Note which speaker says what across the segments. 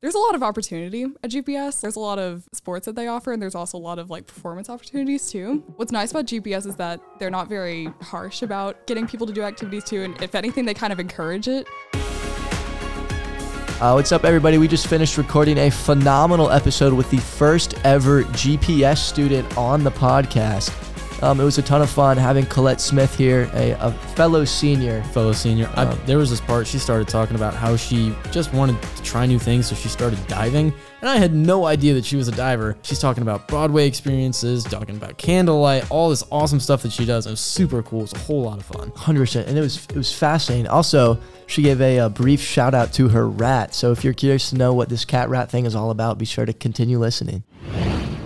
Speaker 1: there's a lot of opportunity at GPS. There's a lot of sports that they offer, and there's also a lot of like performance opportunities too. What's nice about GPS is that they're not very harsh about getting people to do activities too, and if anything, they kind of encourage it.
Speaker 2: Uh, what's up, everybody? We just finished recording a phenomenal episode with the first ever GPS student on the podcast. Um, it was a ton of fun having Colette Smith here, a, a fellow senior.
Speaker 3: fellow senior. I,
Speaker 2: Um,
Speaker 3: there was this part she started talking about how she just wanted to try new things, so she started diving. And I had no idea that she was a diver. She's talking about Broadway experiences, talking about candlelight, all this awesome stuff that she does. It was super cool. It's a whole lot of fun.
Speaker 2: Hundred percent, and it was it was fascinating. Also, she gave a, uh brief shout out to her rat. So if you're curious to know what this cat rat thing is all about, be sure to continue listening.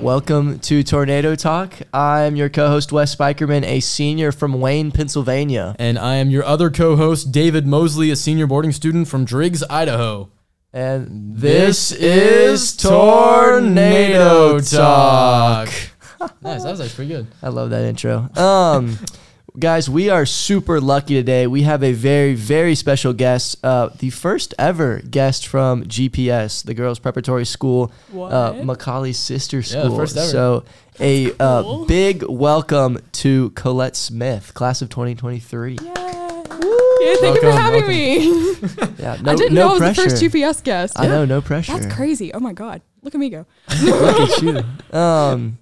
Speaker 2: Welcome to Tornado Talk. I'm your co-host Wes Spikerman, a senior from Wayne, Pennsylvania.
Speaker 3: And I am your other co-host, David Mosley, a senior boarding student from Driggs, Idaho.
Speaker 2: And
Speaker 3: This is Tornado Talk. nice. That was actually pretty good.
Speaker 2: I love that intro. Um, guys, we are super lucky today. We have a very, very special guest, uh, the first ever guest from GPS, the Girls Preparatory School, uh,
Speaker 1: What?
Speaker 2: Macaulay's sister
Speaker 3: Yeah,
Speaker 2: school.
Speaker 3: first ever.
Speaker 2: So, a uh,
Speaker 1: Cool.
Speaker 2: big welcome to Colette Smith, class of 2023.
Speaker 1: Yay! Yeah, thank you for
Speaker 3: Welcome,
Speaker 1: having
Speaker 3: welcome.
Speaker 1: me.
Speaker 2: Yeah,
Speaker 1: I didn't know I was the first GPS guest.
Speaker 2: I know, no pressure.
Speaker 1: That's crazy. Oh my god. Look at me go.
Speaker 2: Look at you. Um,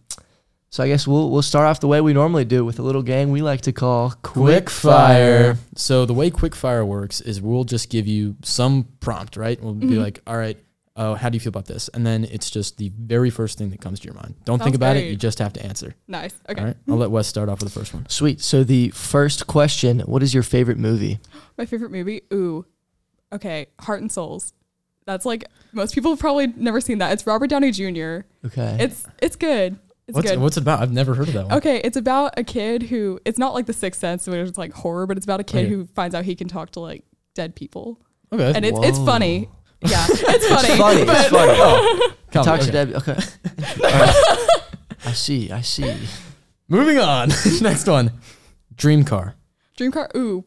Speaker 2: so I guess we'll we'll start off the way we normally do with a little game we like to call
Speaker 3: Quick fire. So the way quick fire works is we'll just give you some prompt, right? We'll
Speaker 1: Mm-hmm.
Speaker 3: be like, all right, oh, how do you feel about this? And then it's just the very first thing that comes to your mind. Don't think
Speaker 1: Sounds
Speaker 3: about it.
Speaker 1: great.
Speaker 3: You just have to answer.
Speaker 1: Nice. Okay. Mm-hmm.
Speaker 3: All right. I'll let Wes start off with the first one.
Speaker 2: Sweet. So the first question: What is your favorite movie?
Speaker 1: My favorite movie. Ooh. Okay. Heart and Souls. That's like most people have probably never seen that. It's Robert Downey Jr.
Speaker 2: Okay.
Speaker 1: It's it's good. It's
Speaker 3: Eh. What's,
Speaker 1: good.
Speaker 3: what's it about? I've never heard of that one.
Speaker 1: Okay, it's about a kid who it's not like the sixth sense where it's like horror, but it's about a kid
Speaker 3: Okay.
Speaker 1: who finds out he can talk to like dead people.
Speaker 3: Okay.
Speaker 1: And it's it's
Speaker 2: Whoa.
Speaker 1: funny. Yeah. It's funny.
Speaker 2: it's funny.
Speaker 1: but-
Speaker 2: It's funny.
Speaker 3: Come,
Speaker 2: Talk to
Speaker 3: okay.
Speaker 2: Debbie. Okay. All right. I see. I see.
Speaker 3: Moving on. Next one. Dream car.
Speaker 1: Dream car, ooh.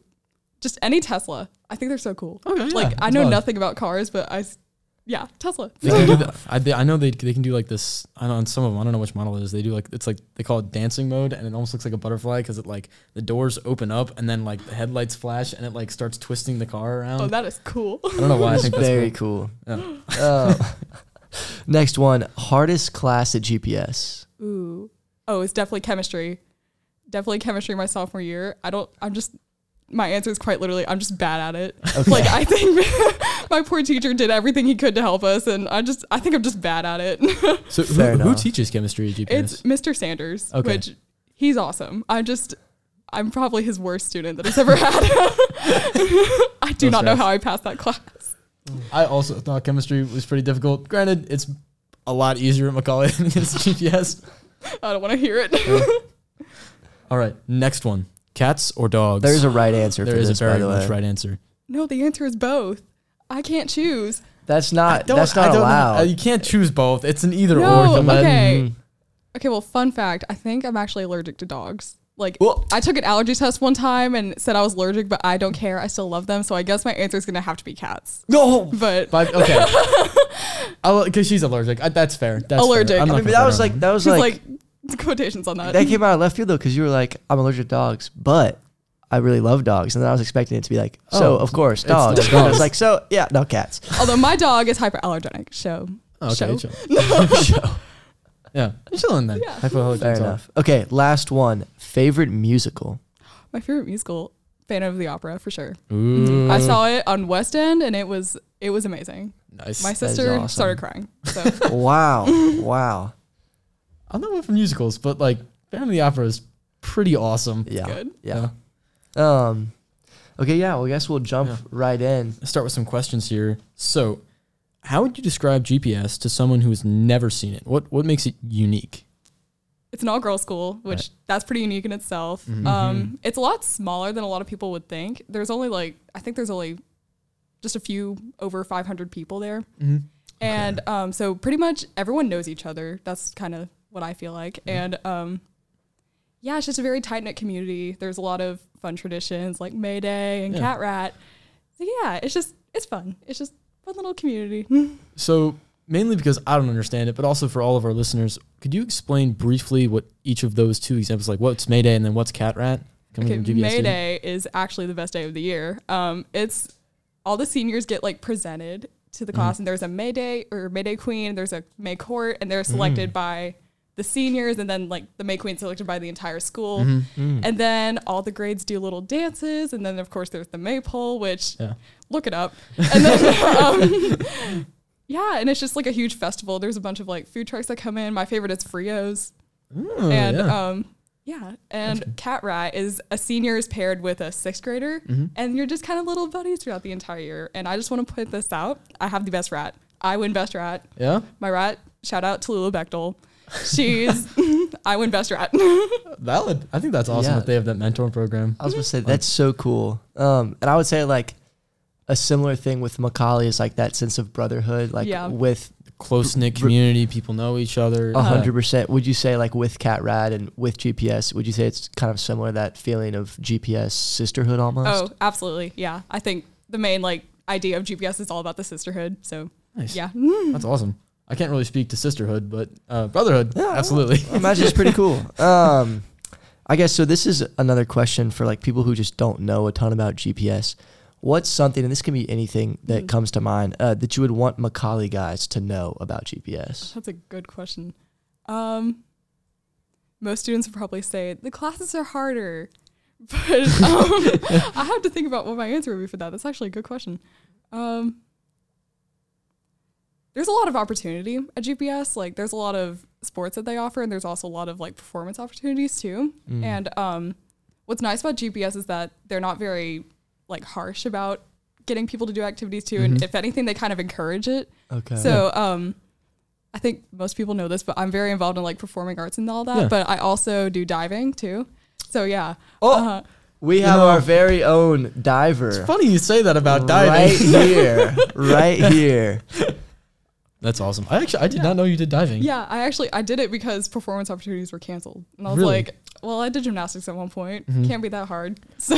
Speaker 1: Just any Tesla. I think they're so cool.
Speaker 3: Okay.
Speaker 1: Like I know nothing about cars, but I s- yeah, Tesla.
Speaker 3: They can do the, I, they, I know they, they can do like this. I don't, on some of them, I don't know which model it is. They do like, it's like, they call it dancing mode and it almost looks like a butterfly because it like, the doors open up and then like the headlights flash and it like starts twisting the car around.
Speaker 1: Oh, that is cool.
Speaker 3: I don't know why I
Speaker 2: That's
Speaker 3: think that's
Speaker 2: very
Speaker 3: cool.
Speaker 2: cool. Uh, next one: Hardest class at GPS.
Speaker 1: Ooh. Oh, it's definitely chemistry. Definitely chemistry my sophomore year. I don't I'm just my answer is quite literally I'm just bad at it. Like I think my poor teacher did everything he could to help us and I just I think I'm just bad at it.
Speaker 3: So
Speaker 2: Fair
Speaker 3: who, who
Speaker 2: enough.
Speaker 3: teaches chemistry at GPS?
Speaker 1: it's Mr. Sanders,
Speaker 3: Okay.
Speaker 1: which he's awesome. I'm just I'm probably his worst student that he's ever had. I do
Speaker 3: No
Speaker 1: not know
Speaker 3: stress.
Speaker 1: how I passed that class.
Speaker 3: I also thought chemistry was pretty difficult. Granted, it's a lot easier at Macaulay than it is at GPS.
Speaker 1: I don't want to hear it.
Speaker 3: All right, next one: cats or dogs?
Speaker 2: There is a right answer
Speaker 3: there
Speaker 2: for
Speaker 3: is
Speaker 2: this,
Speaker 3: a very
Speaker 2: by the way.
Speaker 3: much right answer.
Speaker 1: no, the answer is both. I can't choose.
Speaker 2: That's not. That's not
Speaker 3: Uh,
Speaker 2: allowed. Mm-hmm.
Speaker 3: you can't choose both. It's an either
Speaker 1: No,
Speaker 3: or. Come on.
Speaker 1: Oh, okay. Okay, well, fun fact. I think I'm actually allergic to dogs. Like,
Speaker 2: Well-
Speaker 1: I took an allergy test one time and said I was allergic, but I don't care. I still love them. So I guess my answer is going to have to be cats.
Speaker 2: No.
Speaker 1: But
Speaker 3: But- okay. Because she's allergic. I, that's fair. That's fair.
Speaker 1: Allergic.
Speaker 3: I'm
Speaker 1: I
Speaker 3: not
Speaker 2: I mean,
Speaker 3: gonna
Speaker 2: that
Speaker 3: put
Speaker 2: was
Speaker 3: her on.
Speaker 2: like that was
Speaker 1: it's like,
Speaker 2: like
Speaker 1: quotations on that.
Speaker 3: Uh,
Speaker 2: that came out of left field though because you were like I'm allergic to dogs, but I really love dogs, and then I was expecting it to be like so
Speaker 3: Oh,
Speaker 2: of course
Speaker 3: it's
Speaker 2: dogs.
Speaker 3: dogs.
Speaker 2: And I was like so yeah no cats.
Speaker 1: Although my dog is hyperallergenic. So,
Speaker 3: Oh, Okay,
Speaker 1: show.
Speaker 3: chill. Yeah, chill in then.
Speaker 1: Yeah.
Speaker 3: Hypoallergenic
Speaker 2: Fair
Speaker 3: dog.
Speaker 2: enough. Okay, last one. Favorite musical.
Speaker 1: my favorite musical, Phantom of the Opera, for sure.
Speaker 3: Ooh,
Speaker 2: Mm.
Speaker 1: I saw it on West End and it was it was amazing.
Speaker 3: nice.
Speaker 1: My
Speaker 2: That is
Speaker 1: sister
Speaker 2: awesome.
Speaker 1: started crying. So
Speaker 2: wow, wow.
Speaker 3: I'm not one for musicals, but like Phantom of the Opera is pretty awesome.
Speaker 2: Yeah,
Speaker 1: Good.
Speaker 2: yeah. Um, okay, yeah. Well, I guess we'll jump
Speaker 3: Yeah.
Speaker 2: right in.
Speaker 3: Let's start with some questions here. So, how would you describe GPS to someone who has never seen it? What what makes it unique?
Speaker 1: it's an all girl school, which
Speaker 3: Right.
Speaker 1: that's pretty unique in itself.
Speaker 2: Mm-hmm.
Speaker 1: Um, it's a lot smaller than a lot of people would think. There's only like I think there's only just a few over 500 people there, and um, so pretty much everyone knows each other. That's kind of what I feel like, and um, yeah, it's just a very tight knit community. There's a lot of fun traditions like May Day and
Speaker 3: Yeah.
Speaker 1: Cat Rat. So yeah, it's just it's fun. It's just Fun little community.
Speaker 3: So mainly because I don't understand it, but also for all of our listeners, could you explain briefly what each of those two examples, like what's Mayday and then what's Cat Rat? Can we
Speaker 1: Okay,
Speaker 3: give you a
Speaker 1: May
Speaker 3: student?
Speaker 1: Day is actually the best day of the year. Um, it's all the seniors get like presented to
Speaker 3: Mm-hmm.
Speaker 1: the class, and there's a May Day or May Day Queen, there's a May Court, and they're
Speaker 3: Mm.
Speaker 1: selected by the seniors, and then like the May Queen selected by the entire school,
Speaker 3: Mm-hmm.
Speaker 1: and then all the grades do little dances, and then of course there's the Maypole, which
Speaker 3: Yeah.
Speaker 1: look it up, and then. Um, Yeah, and it's just like a huge festival. There's a bunch of like food trucks that come in. My favorite is Frios
Speaker 3: Oh,
Speaker 1: and
Speaker 3: yeah.
Speaker 1: um yeah and cat rat is a senior is paired with a sixth grader
Speaker 3: Mm-hmm.
Speaker 1: and you're just kind of little buddies throughout the entire year and i just want to put this out i have the best rat i win best rat
Speaker 3: yeah,
Speaker 1: my rat shout out to lulu bechtel she's i win best rat
Speaker 3: valid. I think that's awesome
Speaker 2: Yeah. Uh,
Speaker 3: that they have that mentor program.
Speaker 2: I was gonna say that's so cool. Um, and I would say like a similar thing with Macaulay is like that sense of brotherhood, like
Speaker 1: Yeah.
Speaker 2: with
Speaker 3: Close knit community, people know each other.
Speaker 2: a hundred percent. Would you say like with Cat Rad and with GPS? Would you say it's kind of similar that feeling of GPS sisterhood almost?
Speaker 1: oh absolutely yeah i think the main like idea of gps is all about the sisterhood so
Speaker 3: Uh, Nice.
Speaker 1: yeah
Speaker 3: That's awesome. I can't really speak to sisterhood, but uh, brotherhood, absolutely.
Speaker 2: I imagine it's pretty cool. Um, I guess so. This is another question for like people who just don't know a ton about GPS. What's something, and this can be anything
Speaker 3: Mm-hmm.
Speaker 2: that comes to mind, uh, that you would want Macaulay guys to know about GPS?
Speaker 1: That's a good question. Um, most students would probably say the classes are harder, but um, I have to think about what my answer would be for that. That's actually a good question. Um, there's a lot of opportunity at GPS. Like, there's a lot of sports that they offer, and there's also a lot of like performance opportunities too. And um, what's nice about GPS is that they're not very like harsh about getting people to do activities too. And if anything, they kind of encourage it.
Speaker 2: Okay.
Speaker 1: So, um, I think most people know this, but I'm very involved in like performing arts and all that.
Speaker 3: Yeah.
Speaker 1: But I also do diving too. So yeah.
Speaker 2: Oh.
Speaker 1: Uh,
Speaker 2: we have
Speaker 3: know-
Speaker 2: our very own diver.
Speaker 3: Funny you say that about
Speaker 2: Right
Speaker 3: diving.
Speaker 2: here. right here.
Speaker 3: That's awesome. I actually I did not know you did diving.
Speaker 1: yeah. I actually I did it because performance opportunities were canceled, and I was
Speaker 3: Really? Mm-hmm.
Speaker 1: like, well, I did gymnastics at one point. Can't be that hard. So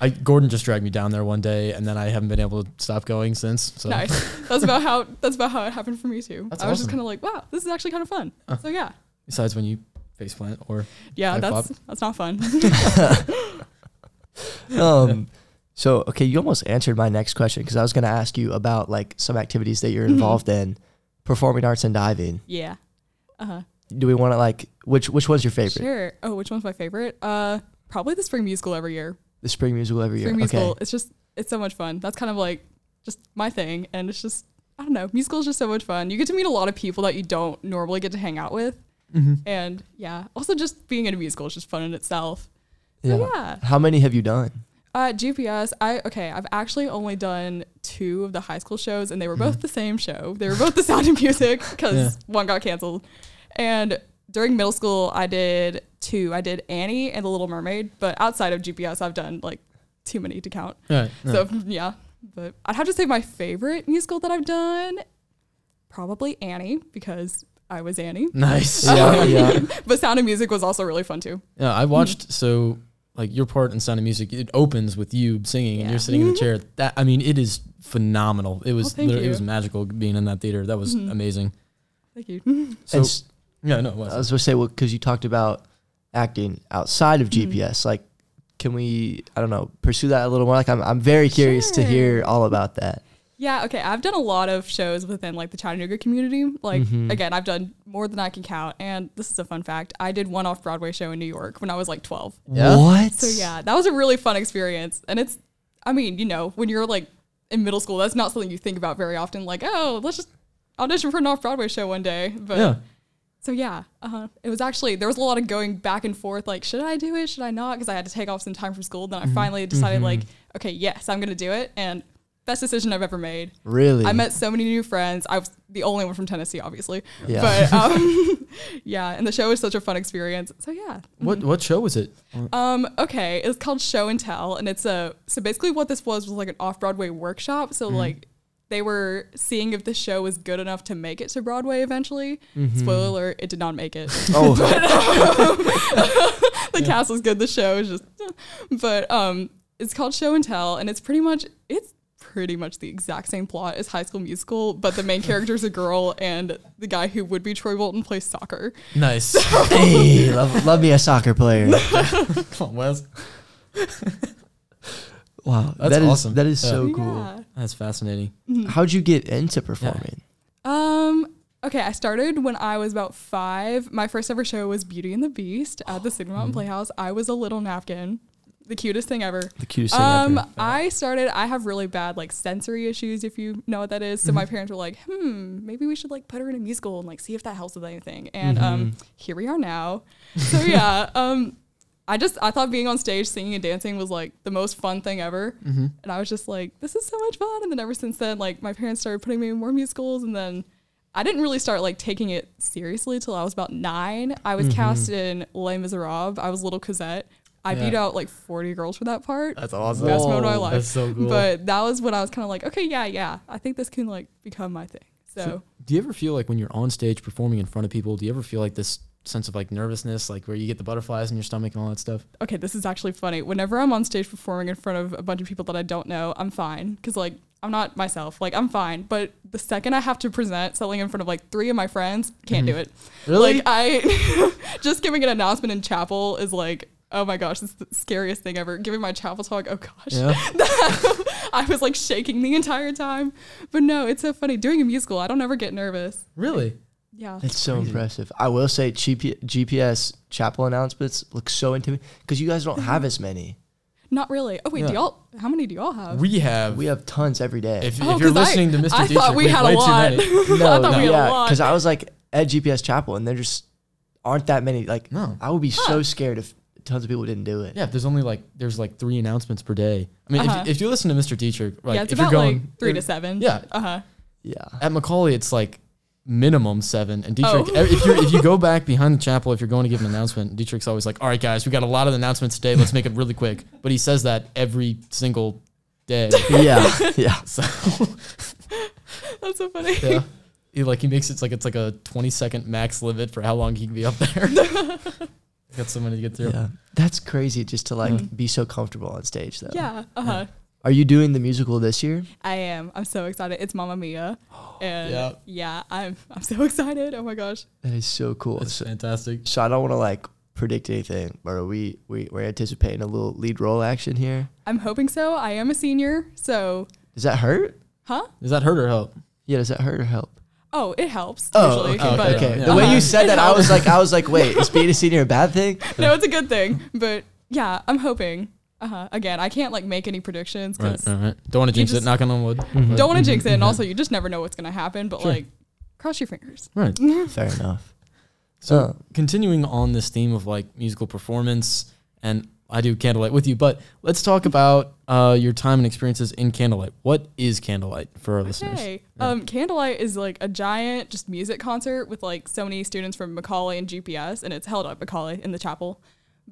Speaker 3: I, Gordon just dragged me down there one day, and then I haven't been able to stop going since. So
Speaker 1: nice. That's about how that's about how it happened for me too.
Speaker 3: That's
Speaker 1: I was just
Speaker 3: awesome.
Speaker 1: kind of like, wow, this is actually kind of fun. So yeah.
Speaker 3: besides when you face plant or
Speaker 1: Yeah,
Speaker 3: High
Speaker 1: that's
Speaker 3: five.
Speaker 1: that's not fun.
Speaker 2: Um, so, okay, you almost answered my next question because I was going to ask you about like some activities that you're
Speaker 1: Mm-hmm.
Speaker 2: involved in, performing arts and diving.
Speaker 1: yeah. Uh huh.
Speaker 2: Do we want to like, which which was your favorite?
Speaker 1: Sure. Oh, which one's my favorite? Uh, probably the spring musical every year.
Speaker 2: The spring musical every year.
Speaker 1: Spring musical.
Speaker 2: Okay.
Speaker 1: It's just it's so much fun. That's kind of like just my thing, and it's just I don't know. Musical is just so much fun. You get to meet a lot of people that you don't normally get to hang out with, and yeah. Also, just being in a musical is just fun in itself. So yeah.
Speaker 2: How many have you done?
Speaker 1: Uh, GPS. I okay. I've actually only done two of the high school shows, and they were both the same show. They were both the Sound of Music because one got canceled. And during middle school, I did two. I did Annie and The Little Mermaid. But outside of GPS, I've done like too many to count.
Speaker 3: yeah,
Speaker 1: So yeah, but I'd have to say my favorite musical that I've done, probably Annie because I was Annie.
Speaker 3: nice.
Speaker 2: Yeah, yeah.
Speaker 1: But Sound of Music was also really fun too.
Speaker 3: Uh, Yeah, I watched so like your part in Sound of Music. It opens with you singing, and
Speaker 1: Yeah.
Speaker 3: you're sitting in the chair. That I mean, it is phenomenal. It was
Speaker 1: thank
Speaker 3: literally- it
Speaker 1: you.
Speaker 3: was magical being in that theater. That was amazing.
Speaker 1: Thank you.
Speaker 3: So
Speaker 2: and s-
Speaker 3: yeah, no, it was.
Speaker 2: I was going to say, well, because you talked about acting outside of
Speaker 1: Mm-hmm.
Speaker 2: GPS, like, can we, I don't know, pursue that a little more? Like, I'm, I'm very curious to
Speaker 1: Sure.
Speaker 2: hear all about that.
Speaker 1: Yeah, okay. I've done a lot of shows within like the Chattanooga community. Like again, I've done more than I can count. And this is a fun fact. I did one off Broadway show in New York when I was like 12.
Speaker 3: Yeah?
Speaker 2: What?
Speaker 1: So yeah, that was a really fun experience. And it's I mean, you know, when you're like in middle school, that's not something you think about very often like, "Oh, let's just audition for an off-Broadway show one day." But Mm-hmm.
Speaker 3: yeah,
Speaker 1: so yeah, uh, it was actually there was a lot of going back and forth. Like, should I do it? Should I not? Because I had to take off some time from school. Then I finally decided, like, okay, yes, I'm gonna do it. And best decision I've ever made.
Speaker 2: Really?
Speaker 1: I met so many new friends. I was the only one from Tennessee, obviously.
Speaker 2: Yeah.
Speaker 1: But um, yeah, and the show was such a fun experience. So yeah.
Speaker 3: what what show was it?
Speaker 1: Um, okay, it's called Show and Tell, and it's a so basically what this was was like an off Broadway workshop.
Speaker 2: Mm-hmm.
Speaker 1: So like they were seeing if the show was good enough to make it to Broadway eventually. Spoiler alert, it did not make it.
Speaker 2: Mm-hmm.
Speaker 1: um,
Speaker 2: Oh,
Speaker 1: the cast was good. The show is just, but um, it's called Show and Tell, and it's pretty much it's pretty much the exact same plot as High School Musical, but the main character's a girl, and the guy who would be Troy Bolton plays soccer.
Speaker 3: Nice.
Speaker 2: hey, love, love me a soccer player.
Speaker 3: Come on, Wes.
Speaker 2: Wow,
Speaker 3: That's
Speaker 2: that is-
Speaker 3: awesome.
Speaker 2: That is
Speaker 3: Yeah.
Speaker 2: so cool.
Speaker 3: That's fascinating.
Speaker 2: How'd you get into performing?
Speaker 1: Um. Okay, I started when I was about five. My first ever show was Beauty and the Beast at the Signal Mountain Playhouse. I was a little napkin, the cutest thing ever.
Speaker 2: The cutest thing
Speaker 1: Um,
Speaker 2: ever.
Speaker 1: I started. I have really bad like sensory issues, if you know what that is. So my
Speaker 3: Mm-hmm.
Speaker 1: parents were like, "Hmm, maybe we should like put her in a musical and like see if that helps with anything." And um,
Speaker 3: Mm-hmm.
Speaker 1: here we are now. So yeah, um, I just I thought being on stage singing and dancing was like the most fun thing ever,
Speaker 3: Mm-hmm.
Speaker 1: and I was just like, "This is so much fun." And then ever since then, like my parents started putting me in more musicals, and then. I didn't really start like taking it seriously till I was about nine. I
Speaker 3: Mm-hmm.
Speaker 1: was cast in Les Miserables. I was little Cosette. I beat
Speaker 3: Yeah.
Speaker 1: out like forty girls for that part.
Speaker 3: That's awesome.
Speaker 1: Best moment of my life.
Speaker 3: Oh, That's so cool.
Speaker 1: But that was when I was kind of like, okay, yeah, yeah, I think this can like become my thing. So
Speaker 3: do you ever feel like when you're on stage performing in front of people, do you ever feel like this sense of like nervousness, like where you get the butterflies in your stomach and all that stuff?
Speaker 1: okay, this is actually funny. Whenever I'm on stage performing in front of a bunch of people that I don't know, I'm fine because like I'm not myself. Like I'm fine, but the second I have to present something in front of like three of my friends, can't do it.
Speaker 3: Mm-hmm. Really?
Speaker 1: Like I just giving an announcement in chapel is like. Oh my gosh, this is the scariest thing ever. Giving my chapel talk, oh gosh.
Speaker 3: yeah.
Speaker 1: I was like shaking the entire time. But no, it's so funny. Doing a musical, I don't ever get nervous.
Speaker 3: really?
Speaker 1: Yeah.
Speaker 2: That's so impressive. I will say, GP, GPS chapel announcements look so intimidating because you guys don't have as many.
Speaker 1: Not really. Oh wait,
Speaker 3: Yeah.
Speaker 1: do y'all? How many do y'all have?
Speaker 3: We have.
Speaker 2: We have tons every day.
Speaker 3: if,
Speaker 1: Oh,
Speaker 3: if you're
Speaker 1: 'cause I-
Speaker 3: listening to Mr.
Speaker 1: I
Speaker 3: Dietrich,
Speaker 1: thought we had
Speaker 3: have way
Speaker 1: a
Speaker 3: too
Speaker 1: lot. I
Speaker 3: many.
Speaker 1: thought we had a lot.
Speaker 2: because I was like at GPS chapel and there just aren't that many. Like,
Speaker 3: No.
Speaker 2: I would be so scared if tons of people didn't do it.
Speaker 3: Yeah, there's only like there's like three announcements per day. I mean,
Speaker 1: Uh-huh.
Speaker 3: if, if you listen to Mr. Dietrich, like
Speaker 1: yeah, it's
Speaker 3: if
Speaker 1: about
Speaker 3: you're going
Speaker 1: like three to seven.
Speaker 3: Yeah.
Speaker 1: Uh huh.
Speaker 2: Yeah.
Speaker 3: at Macaulay, it's like minimum seven. And Dietrich,
Speaker 1: Oh.
Speaker 3: if you if you go back behind the chapel, if you're going to give an announcement, Dietrich's always like, "All right, guys, we got a lot of announcements today. Let's make it really quick." But he says that every single day.
Speaker 2: yeah, yeah.
Speaker 3: So
Speaker 1: That's so funny.
Speaker 3: yeah. he like he makes it like it's like a 20 second max limit for how long he can be up there. He's got so many to get through.
Speaker 2: Yeah, that's crazy. Just to like be so comfortable on stage, though.
Speaker 1: Yeah. Uh huh.
Speaker 2: Are you doing the musical this year?
Speaker 1: I am. I'm so excited. It's Mamma Mia, and
Speaker 3: Yeah.
Speaker 1: yeah. I'm. I'm so excited. Oh my gosh.
Speaker 2: That is so cool.
Speaker 3: It's
Speaker 2: So,
Speaker 3: fantastic.
Speaker 2: so I don't want to like predict anything, but are we we we're anticipating a little lead role action here.
Speaker 1: I'm hoping so. I am a senior, so
Speaker 2: Does that hurt?
Speaker 1: huh?
Speaker 3: Does that hurt or help?
Speaker 2: Yeah, does that hurt or help?
Speaker 1: Oh, it helps usually.
Speaker 2: okay,
Speaker 1: but
Speaker 2: okay.
Speaker 3: yeah.
Speaker 2: The way
Speaker 1: Uh-huh.
Speaker 2: you said that, I was like, I was like, wait, is being a senior a bad thing?
Speaker 1: no, it's a good thing. But yeah, I'm hoping. Uh huh. Again, I can't like make any predictions
Speaker 3: Right,
Speaker 1: because
Speaker 3: right, right. Mm-hmm. Don't want to jinx
Speaker 1: just-
Speaker 3: it. Knocking on wood.
Speaker 1: don't want to jinx it, and also you just never know what's gonna happen. But
Speaker 3: Sure.
Speaker 1: like, cross your fingers.
Speaker 3: Right.
Speaker 2: Fair enough.
Speaker 3: So
Speaker 2: Uh.
Speaker 3: continuing on this theme of like musical performance, and I do candlelight with you, but let's talk about uh, your time and experiences in candlelight. What is candlelight for our listeners?
Speaker 1: Okay. Um, Candlelight is like a giant just music concert with like so many students from Macaulay and GPS, and it's held at Macaulay in the chapel.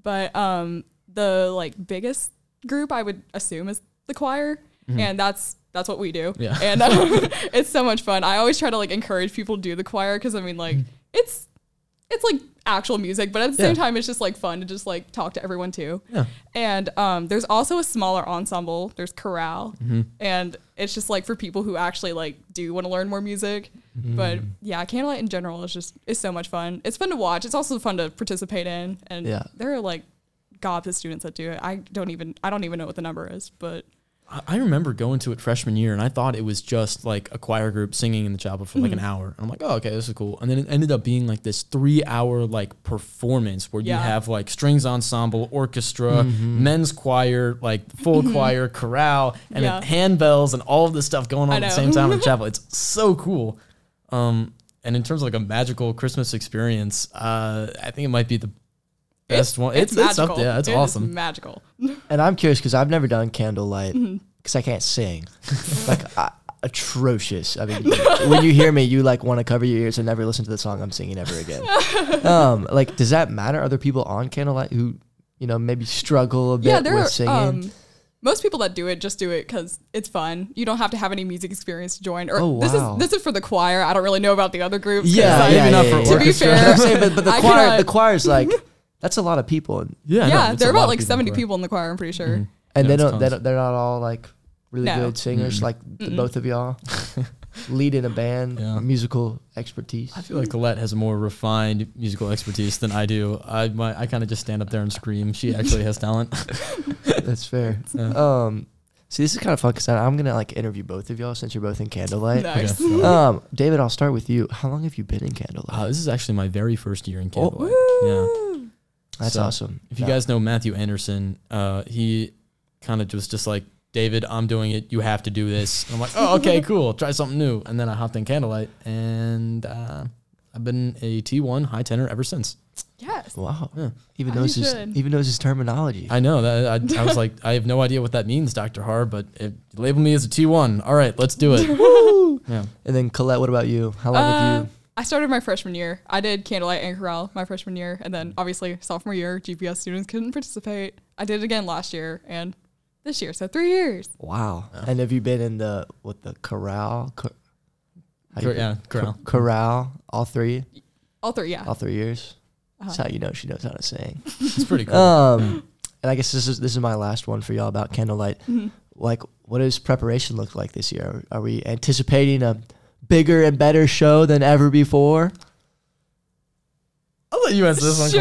Speaker 1: But um, the like biggest group I would assume is the choir, and that's that's what we do.
Speaker 3: Mm-hmm. Yeah.
Speaker 1: And um, it's so much fun. I always try to like encourage people to do the choir because I mean like it's it's like actual music, but at the same
Speaker 3: Mm. Yeah.
Speaker 1: time it's just like fun to just like talk to everyone too.
Speaker 3: Yeah.
Speaker 1: And um, there's also a smaller ensemble. There's chorale,
Speaker 3: Mm-hmm.
Speaker 1: and it's just like for people who actually like do want to learn more music.
Speaker 3: Mm-hmm.
Speaker 1: But yeah, candlelight in general is just is so much fun. It's fun to watch. It's also fun to participate in. And
Speaker 2: Yeah.
Speaker 1: there are like gobs of students that do it. I don't even I don't even know what the number is, but
Speaker 3: I I remember going to it freshman year, and I thought it was just like a choir group singing in the chapel for
Speaker 1: Mm-hmm.
Speaker 3: like an hour. And I'm like, oh, okay, this is cool. And then it ended up being like this three hour like performance where you
Speaker 1: Yeah. Mm-hmm.
Speaker 3: have like strings ensemble, orchestra, men's choir, like full choir, chorale, and then
Speaker 1: Yeah.
Speaker 3: handbells and all of this stuff going on
Speaker 1: I
Speaker 3: at the
Speaker 1: know.
Speaker 3: same time in the chapel. It's so cool. Um, and in terms of like a magical Christmas experience, uh, I think it might be the best one. It's, it's, up there. It's
Speaker 1: It is
Speaker 3: awesome.
Speaker 1: magical.
Speaker 2: And I'm curious because I've never done candlelight
Speaker 1: Mm-hmm.
Speaker 2: because I can't sing. like I, atrocious. I mean, when you hear me, you like want to cover your ears and never listen to the song I'm singing ever again. um, like, does that matter? Are there people on candlelight who, you know, maybe struggle a bit
Speaker 1: yeah, there
Speaker 2: with
Speaker 1: are.
Speaker 2: singing?
Speaker 1: Um, most people that do it just do it because it's fun. You don't have to have any music experience to join. Or
Speaker 2: Oh,
Speaker 1: this
Speaker 2: wow.
Speaker 1: is this is for the choir. I don't really know about the other groups. 'cause
Speaker 3: Yeah,
Speaker 1: I-
Speaker 3: maybe not for
Speaker 1: To be
Speaker 3: orchestra.
Speaker 1: fair,
Speaker 2: I'm saying, but, but the
Speaker 1: I
Speaker 2: choir, the
Speaker 1: cannot-
Speaker 2: choir's like, that's a lot of people, and,
Speaker 3: Yeah, I know.
Speaker 1: yeah,
Speaker 3: It's
Speaker 1: there
Speaker 3: a
Speaker 1: are
Speaker 3: lot
Speaker 1: about
Speaker 3: of
Speaker 1: like
Speaker 3: in
Speaker 1: seventy
Speaker 3: choir. Mm-hmm.
Speaker 1: people in the choir. I'm pretty sure.
Speaker 2: and
Speaker 3: Yeah,
Speaker 2: they
Speaker 3: it's
Speaker 2: don't, they
Speaker 3: tons.
Speaker 2: don't, they're not all like really
Speaker 1: No.
Speaker 2: good singers
Speaker 3: Mm-mm.
Speaker 2: like the
Speaker 1: Mm-mm.
Speaker 2: both of y'all. Lead in a band,
Speaker 3: Yeah.
Speaker 2: musical expertise.
Speaker 3: I feel like Colette has a more refined musical expertise than I do. I my, I kind of just stand up there and scream. She actually has talent.
Speaker 2: That's fair.
Speaker 3: Yeah.
Speaker 2: Um, see, this is kind of fun because I'm gonna like interview both of y'all since you're both in Candlelight.
Speaker 1: Nice.
Speaker 3: Okay.
Speaker 2: Um, David, I'll start with you. How long have you been in Candlelight?
Speaker 3: Wow, Oh, Uh, this is actually my very first year in
Speaker 2: Oh.
Speaker 3: Candlelight. Yeah.
Speaker 1: Woo.
Speaker 2: That's
Speaker 3: so,
Speaker 2: awesome.
Speaker 3: If you
Speaker 2: No.
Speaker 3: guys know Matthew Anderson, uh, he kind of was just like, David, I'm doing it. You have to do this. And I'm like, oh, okay, cool. Try something new. And then I hopped in Candlelight, and uh, I've been a T1 high tenor ever since.
Speaker 1: Yes.
Speaker 2: wow,
Speaker 3: Yeah.
Speaker 2: even
Speaker 1: I
Speaker 2: knows his
Speaker 1: should.
Speaker 2: even knows his terminology.
Speaker 3: I know that I, I was like, I have no idea what that means, Doctor Har, but it, label me as a T1. All right, let's do it.
Speaker 2: Woo!
Speaker 3: Yeah.
Speaker 2: and then Colette, what about you? How long have
Speaker 1: Um, I started my freshman year. I did candlelight and chorale my freshman year, and then obviously sophomore year, GPS students couldn't participate. I did it again last year and this year, so three years.
Speaker 2: you? Wow. And have you been in the what the corral? Cor- how you
Speaker 3: Cor- yeah,
Speaker 2: cor-
Speaker 3: corral.
Speaker 2: corral. All three,
Speaker 1: All three, yeah.
Speaker 2: all three years.
Speaker 1: Uh-huh.
Speaker 2: That's how you know she knows how to sing.
Speaker 3: It's pretty cool.
Speaker 2: Um, and I guess this is this is my last one for y'all about candlelight.
Speaker 1: Mm-hmm.
Speaker 2: Like, what does preparation look like this year? Are, are we anticipating a bigger and better show than ever before?
Speaker 3: I'll let you answer this one.
Speaker 1: Sure.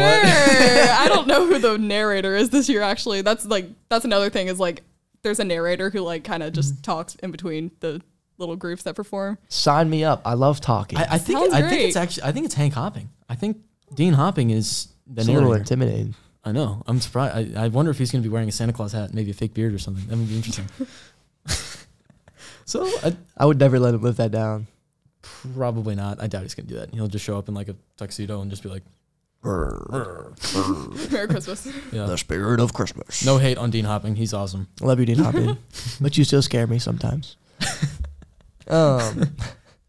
Speaker 3: Colette.
Speaker 1: I don't know who the narrator is this year. Actually, that's like that's another thing is like there's a narrator who like kind of just
Speaker 3: Mm-hmm.
Speaker 1: talks in between the little groups that perform.
Speaker 2: Sign me up. I love talking.
Speaker 3: I, I think
Speaker 1: Sounds
Speaker 3: I think
Speaker 1: great.
Speaker 3: it's actually I think it's Hank Hopping. I think Dean Hopping is the
Speaker 2: it's a little
Speaker 3: narrator.
Speaker 2: intimidating.
Speaker 3: I know. I'm surprised. I, I wonder if he's going to be wearing a Santa Claus hat, maybe a fake beard or something. That would be interesting. so I,
Speaker 2: I would never let him live that down.
Speaker 3: probably not. I doubt he's going to do that. He'll just show up in like a tuxedo and just be like,
Speaker 1: Merry Christmas.
Speaker 3: yeah.
Speaker 2: spirit of Christmas.
Speaker 3: No hate on Dean Hopping. He's awesome.
Speaker 2: Love you, Dean Hoppin. but you still scare me sometimes. um,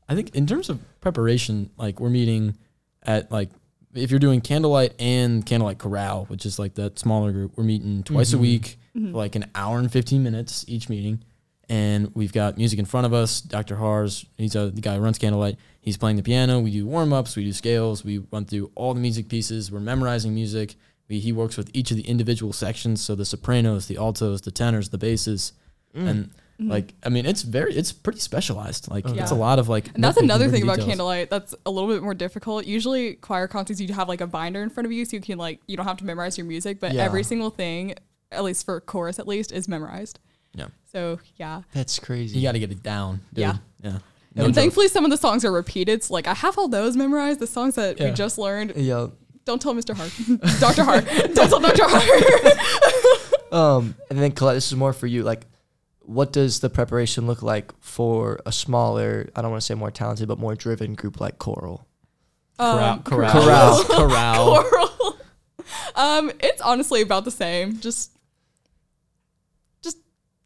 Speaker 3: I think in terms of preparation, like we're meeting at like if you're doing candlelight and candlelight corral, which is like that smaller group, we're meeting twice
Speaker 2: Mhm.
Speaker 3: a week,
Speaker 1: Hmm. Mm-hmm.
Speaker 3: for like an hour and fifteen minutes each meeting, and we've got music in front of us. Dr. Hars, he's uh the guy who runs candlelight. He's playing the piano. We do warm ups. We do scales. We run through all the music pieces. We're memorizing music. We, he works with each of the individual sections, so the sopranos, the altos, the tenors, the basses,
Speaker 1: Mm.
Speaker 3: and
Speaker 1: Mm-hmm.
Speaker 3: like I mean, it's very, it's pretty specialized. Like it's a
Speaker 1: yeah.
Speaker 3: lot of like
Speaker 1: And that's
Speaker 3: nitpicking
Speaker 1: another
Speaker 3: little
Speaker 1: thing about
Speaker 3: details.
Speaker 1: candlelight that's a little bit more difficult. Usually choir concerts you have like a binder in front of you so you can like you don't have to memorize your music, but
Speaker 2: Yeah.
Speaker 1: every single thing, at least for chorus at least, is memorized.
Speaker 3: Yeah.
Speaker 1: So yeah.
Speaker 2: that's crazy.
Speaker 3: You got to get it down. Dude.
Speaker 1: Yeah.
Speaker 3: Yeah.
Speaker 2: No
Speaker 1: and
Speaker 2: joke.
Speaker 1: thankfully some of the songs are repeated. So like I have all those memorized, the songs that
Speaker 3: Yeah.
Speaker 1: we just learned.
Speaker 2: Yeah.
Speaker 1: Don't tell Mr. Hart. Dr. Hart. Don't tell Dr. Hart.
Speaker 2: Um, and then Colette, this is more for you. Like, what does the preparation look like for a smaller? I don't want to say more talented, but more driven group like Coral.
Speaker 1: Um,
Speaker 3: corral.
Speaker 2: corral.
Speaker 3: Corral.
Speaker 1: Coral. um, it's honestly about the same. Just just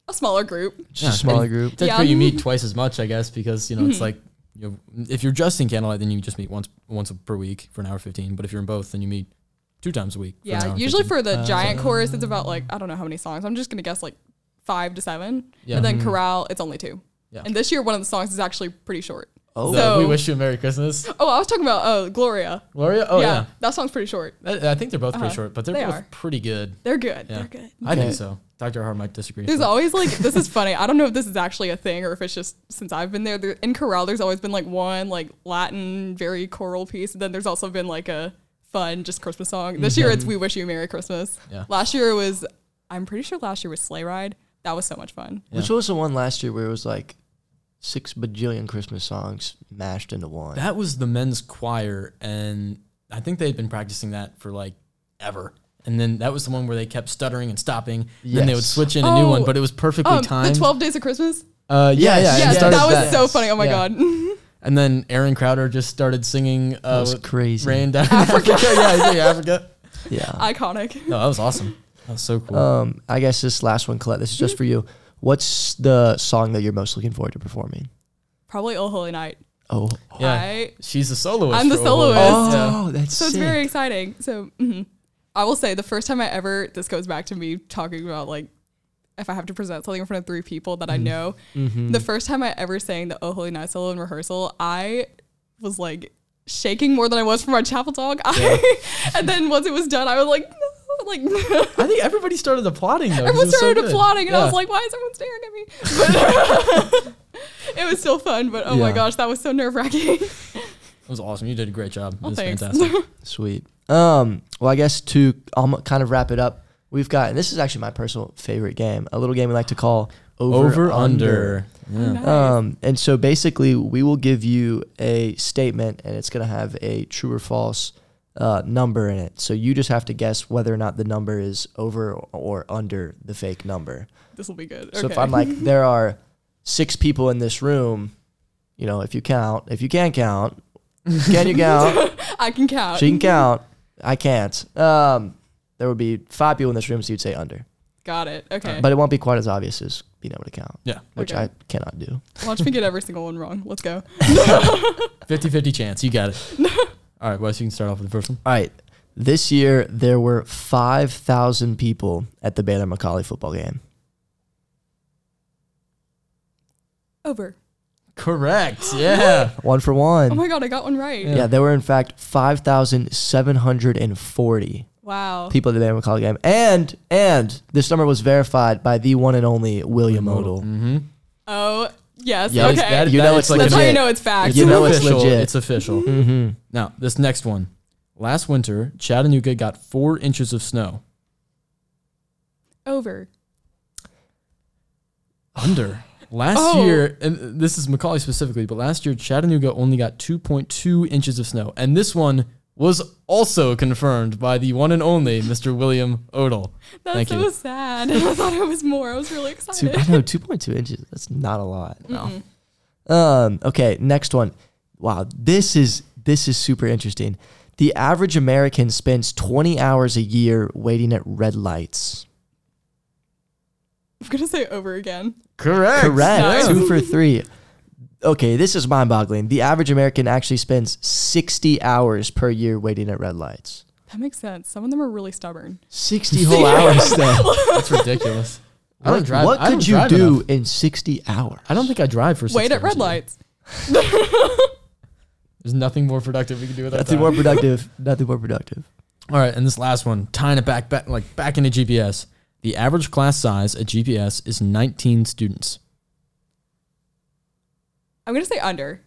Speaker 1: a smaller group.
Speaker 2: Just
Speaker 3: Yeah.
Speaker 2: a smaller
Speaker 3: And-
Speaker 2: group.
Speaker 3: Technically,
Speaker 1: Yeah.
Speaker 3: you meet twice as much, I guess, because you know
Speaker 1: Mm-hmm.
Speaker 3: it's like you know, if you're just in candlelight, then you just meet once once per week for an hour fifteen. But if you're in both, then you meet two times a week. for an hour
Speaker 1: Yeah,
Speaker 3: and
Speaker 1: usually
Speaker 3: 15.
Speaker 1: for the giant chorus, it's about like I don't know how many songs. I'm just gonna guess like five to seven.
Speaker 3: Yeah.
Speaker 1: And
Speaker 3: Mm-hmm.
Speaker 1: then chorale, it's only two.
Speaker 3: Yeah.
Speaker 1: And this year, one of the songs is actually pretty short.
Speaker 2: Oh,
Speaker 3: The we
Speaker 1: so-
Speaker 3: wish you a Merry Christmas,
Speaker 1: Oh, I was talking about uh, Gloria.
Speaker 3: Gloria. Oh yeah,
Speaker 1: that song's pretty short.
Speaker 3: I, I think they're both pretty
Speaker 1: Uh-huh.
Speaker 3: short, but they're
Speaker 1: They
Speaker 3: both
Speaker 1: are.
Speaker 3: pretty good.
Speaker 1: They're good.
Speaker 3: Yeah.
Speaker 1: They're good.
Speaker 3: I
Speaker 2: Okay.
Speaker 3: think so. Doctor Hart might disagree.
Speaker 1: There's
Speaker 3: but-
Speaker 1: always like this is funny. I don't know if this is actually a thing or if it's just since I've been there. there in chorale, there's always been like one like Latin very choral piece, and then there's also been like a fun just Christmas song. This year it's "We Wish You a Merry Christmas."
Speaker 3: Mm-hmm. Yeah.
Speaker 1: Last year it was I'm pretty sure last year was Sleigh Ride. That was so much fun.
Speaker 2: Which was the one last year where it was like six bajillion Christmas songs mashed into one?
Speaker 3: That was the men's choir, and I think they had been practicing that for like ever. And then that was the one where they kept stuttering and stopping. and Then they would
Speaker 2: Yes.
Speaker 3: switch in a new one,
Speaker 1: Oh,
Speaker 3: but it was perfectly
Speaker 1: Um, the
Speaker 3: timed.
Speaker 1: 12 Days of Christmas.
Speaker 3: Uh, yeah,
Speaker 2: Yes,
Speaker 3: yeah,
Speaker 2: yes,
Speaker 3: yeah.
Speaker 1: that
Speaker 2: started
Speaker 1: was
Speaker 2: that.
Speaker 1: so funny. Oh my
Speaker 3: Yeah.
Speaker 1: god.
Speaker 3: And then Aaron Crowder just started singing.
Speaker 2: That
Speaker 3: Uh,
Speaker 2: was crazy.
Speaker 3: Rain down Africa. yeah, he's in Africa.
Speaker 2: Yeah.
Speaker 1: Iconic.
Speaker 3: No, that was awesome. That was so
Speaker 1: Uh,
Speaker 3: cool.
Speaker 2: Um, I guess this last one, Colette, this is just for you. What's the song that you're most looking forward to performing?
Speaker 1: Probably Oh Holy Night.
Speaker 2: Oh,
Speaker 3: yeah,
Speaker 1: I-
Speaker 3: she's the soloist.
Speaker 1: I'm the
Speaker 3: for Old Boy.
Speaker 1: soloist.
Speaker 3: Yeah.
Speaker 2: oh, that's
Speaker 1: So it's
Speaker 2: sick.
Speaker 1: very exciting. So mhm. I will say the first time I ever this goes back to me talking about like if I have to present something in front of three people that I
Speaker 3: Mm-hmm.
Speaker 1: know. The first time I ever sang the Oh Holy Night solo in rehearsal, I was like shaking more than I was for my chapel dog. I, and then once it was done, I was like, Like
Speaker 3: I think everybody started applauding though. 'cause it
Speaker 1: Oh. everyone
Speaker 3: was so
Speaker 1: started
Speaker 3: good.
Speaker 1: applauding, and I
Speaker 3: Yeah.
Speaker 1: was like, "Why is everyone staring at me?" But it was still fun. But oh my
Speaker 3: Yeah.
Speaker 1: gosh, that was so nerve wracking.
Speaker 3: It was awesome. You did a great job.
Speaker 1: Oh,
Speaker 3: it was
Speaker 1: thanks.
Speaker 3: fantastic.
Speaker 2: Sweet. Um, well, I guess to um, kind of wrap it up, we've got, and this is actually my personal favorite game, a little game we like to call Over, Under.
Speaker 3: Yeah. Uh,
Speaker 1: Nice.
Speaker 2: Um, and so basically, we will give you a statement, and it's going to have a true or false uh, number in it. So you just have to guess whether or not the number is over or under the fake number.
Speaker 1: this will be good.
Speaker 2: So
Speaker 1: okay.
Speaker 2: if I'm like, there are six people in this room, you know, if you count, if you can count, can you count?
Speaker 1: I Uh, can count.
Speaker 2: she can count. I can't. Um, there would be five people in this room, so you'd say under.
Speaker 1: Got it.
Speaker 3: Uh.
Speaker 1: Okay.
Speaker 2: But it won't be quite as obvious as being able to count,
Speaker 3: Yeah.
Speaker 2: which
Speaker 1: Okay.
Speaker 2: I cannot do.
Speaker 1: Watch me get every single one wrong. Let's go.
Speaker 3: 50 50 chance. You got it. All right, Wes, you can start off with the first one.
Speaker 2: All right. This year, there were 5,000 people at the Baylor Macaulay football game.
Speaker 1: Over.
Speaker 3: Correct. Yeah.
Speaker 2: One for
Speaker 1: Oh
Speaker 2: one.
Speaker 1: my god, I got one right.
Speaker 2: yeah. there were, in fact, 5,740
Speaker 1: Wow.
Speaker 2: people at the Baylor Macaulay game. And, and this number was verified by the one and only William Odell.
Speaker 3: Mm-hmm.
Speaker 1: Oh yes.
Speaker 3: Yeah,
Speaker 1: okay.
Speaker 3: it's- that-
Speaker 2: You
Speaker 3: that-
Speaker 2: know it's
Speaker 3: like
Speaker 1: That's
Speaker 2: legit.
Speaker 1: how you know it's fact.
Speaker 3: It's
Speaker 2: You know it's
Speaker 3: official.
Speaker 2: legit.
Speaker 3: It's official.
Speaker 2: hmm
Speaker 3: Now, this next one. Last winter, Chattanooga got four inches of snow.
Speaker 1: Over.
Speaker 3: Under. Last
Speaker 1: Oh.
Speaker 3: year, and this is Macaulay specifically, but last year, Chattanooga only got 2.2 inches of snow. And this one was also confirmed by the one and only Mr. William Odell.
Speaker 1: That's
Speaker 3: Thank
Speaker 1: so
Speaker 3: you.
Speaker 1: sad. I thought it was more. I was really
Speaker 2: Two,
Speaker 1: excited.
Speaker 2: I know, 2.2 inches. That's not a lot. No. Um, okay, next one. Wow, this is this is super interesting. The average American spends 20 hours a year waiting at red lights.
Speaker 1: I'm gonna say over again.
Speaker 3: Correct.
Speaker 2: Correct.
Speaker 1: Nice.
Speaker 2: Two for three. Okay, this is mind boggling. The average American actually spends 60 hours per year waiting at red lights.
Speaker 1: That makes sense. Some of them are really stubborn.
Speaker 2: 60 whole hours, though.
Speaker 3: That's ridiculous. I don't
Speaker 2: Like,
Speaker 3: drive.
Speaker 2: what
Speaker 3: I don't
Speaker 2: could you
Speaker 3: drive
Speaker 2: do
Speaker 3: enough.
Speaker 2: in 60 hours?
Speaker 3: I don't think I drive for. Six
Speaker 1: Wait at
Speaker 3: hours
Speaker 1: red
Speaker 3: a day.
Speaker 1: lights.
Speaker 3: There's nothing more productive we can do with that.
Speaker 2: Nothing more productive. Nothing more productive.
Speaker 3: All right, and this last one, tying it back, back like back into GPS. The average class size at GPS is 19 students.
Speaker 1: I'm gonna say under.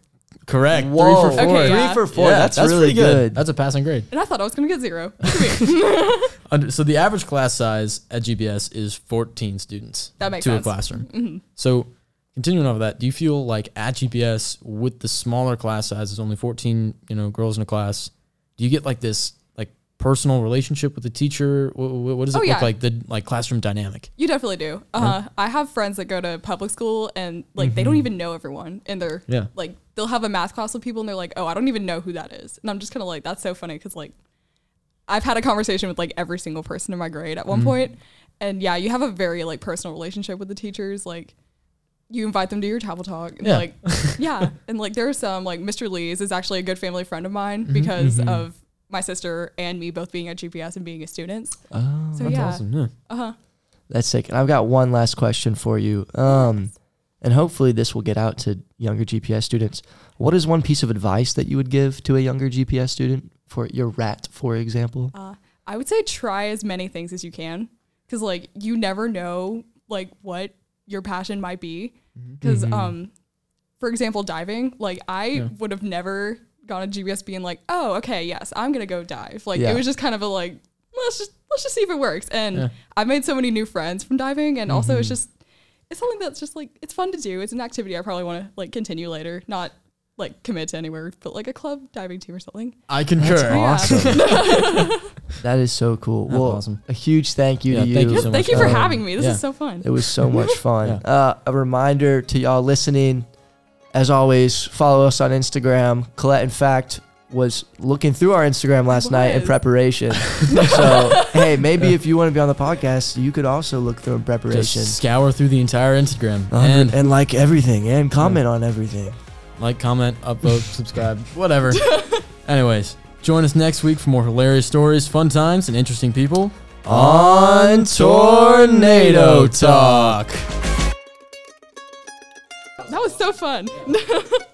Speaker 3: Correct. Three for four.
Speaker 1: Okay,
Speaker 2: Three
Speaker 1: yeah.
Speaker 2: for four. that's, really
Speaker 3: pretty
Speaker 2: good.
Speaker 3: That's a passing grade.
Speaker 1: And I thought I was gonna get zero.
Speaker 3: Under, so the average class size at GPS is 14 students
Speaker 1: That makes
Speaker 3: to a
Speaker 1: sense. Mm-hmm.
Speaker 3: classroom. So continuing off of that, do you feel like at GPS with the smaller class sizes, only 14, you know, girls in a class, do you get like this like personal relationship with the teacher? What, what does it
Speaker 1: Oh,
Speaker 3: look
Speaker 1: yeah.
Speaker 3: like the like classroom dynamic?
Speaker 1: You definitely do. Uh, I have friends that go to public school and like they don't even know everyone, and they're
Speaker 3: Mm-hmm. Yeah.
Speaker 1: like they'll have a math class with people, and they're like, "Oh, I don't even know who that is," and I'm just kind of like, "That's so funny," because like I've had a conversation with like every single person in my grade at
Speaker 3: Mm.
Speaker 1: one point. and yeah, you have a very like personal relationship with the teachers, like. You invite them to your travel talk, and
Speaker 3: Yeah.
Speaker 1: like, yeah, and like there are some like Mr. Lee's is actually a good family friend of mine
Speaker 3: Mm-hmm.
Speaker 1: because of my sister and me both being at GPS and being a student. Uh-huh.
Speaker 2: Oh.
Speaker 1: So yeah,
Speaker 3: Awesome. Yeah.
Speaker 2: That's sick. And I've got one last question for you. Um, and hopefully this will get out to younger GPS students. What is one piece of advice that you would give to a younger GPS student for your rat, for example?
Speaker 1: Uh, I would say try as many things as you can because like you never know like what your passion might be because um for example diving like I would have never gone to GBS being like oh okay yes I'm gonna go dive like
Speaker 2: Yeah.
Speaker 1: it was just kind of a like let's just let's just see if it works and
Speaker 3: Yeah.
Speaker 1: I've made so many new friends from diving and also it's just it's something that's just like it's fun to do it's an activity I probably want to like continue later not like commit to anywhere but like a club diving team or something
Speaker 3: I concur.
Speaker 2: Awesome. that is so cool.
Speaker 3: That's
Speaker 2: well,
Speaker 3: awesome.
Speaker 2: a huge thank you
Speaker 3: Yeah,
Speaker 2: to you.
Speaker 3: thank you so much.
Speaker 1: thank you for
Speaker 2: Um,
Speaker 1: having me this
Speaker 3: yeah.
Speaker 1: is so fun
Speaker 2: It was so much fun.
Speaker 3: Yeah.
Speaker 2: Uh, a reminder to y'all listening, as always, follow us on Instagram. Colette, in fact, was looking through our Instagram last night in
Speaker 1: was.
Speaker 2: preparation. so, hey, maybe if you want to be on the podcast, you could also look through in preparation.
Speaker 3: Just scour through the entire Instagram
Speaker 2: A hundred-
Speaker 3: and
Speaker 2: and, like everything and comment on everything.
Speaker 3: like, comment, upvote, subscribe, whatever. Anyways, join us next week for more hilarious stories, fun times, and interesting people
Speaker 2: On Tornado Talk.
Speaker 1: That was so fun.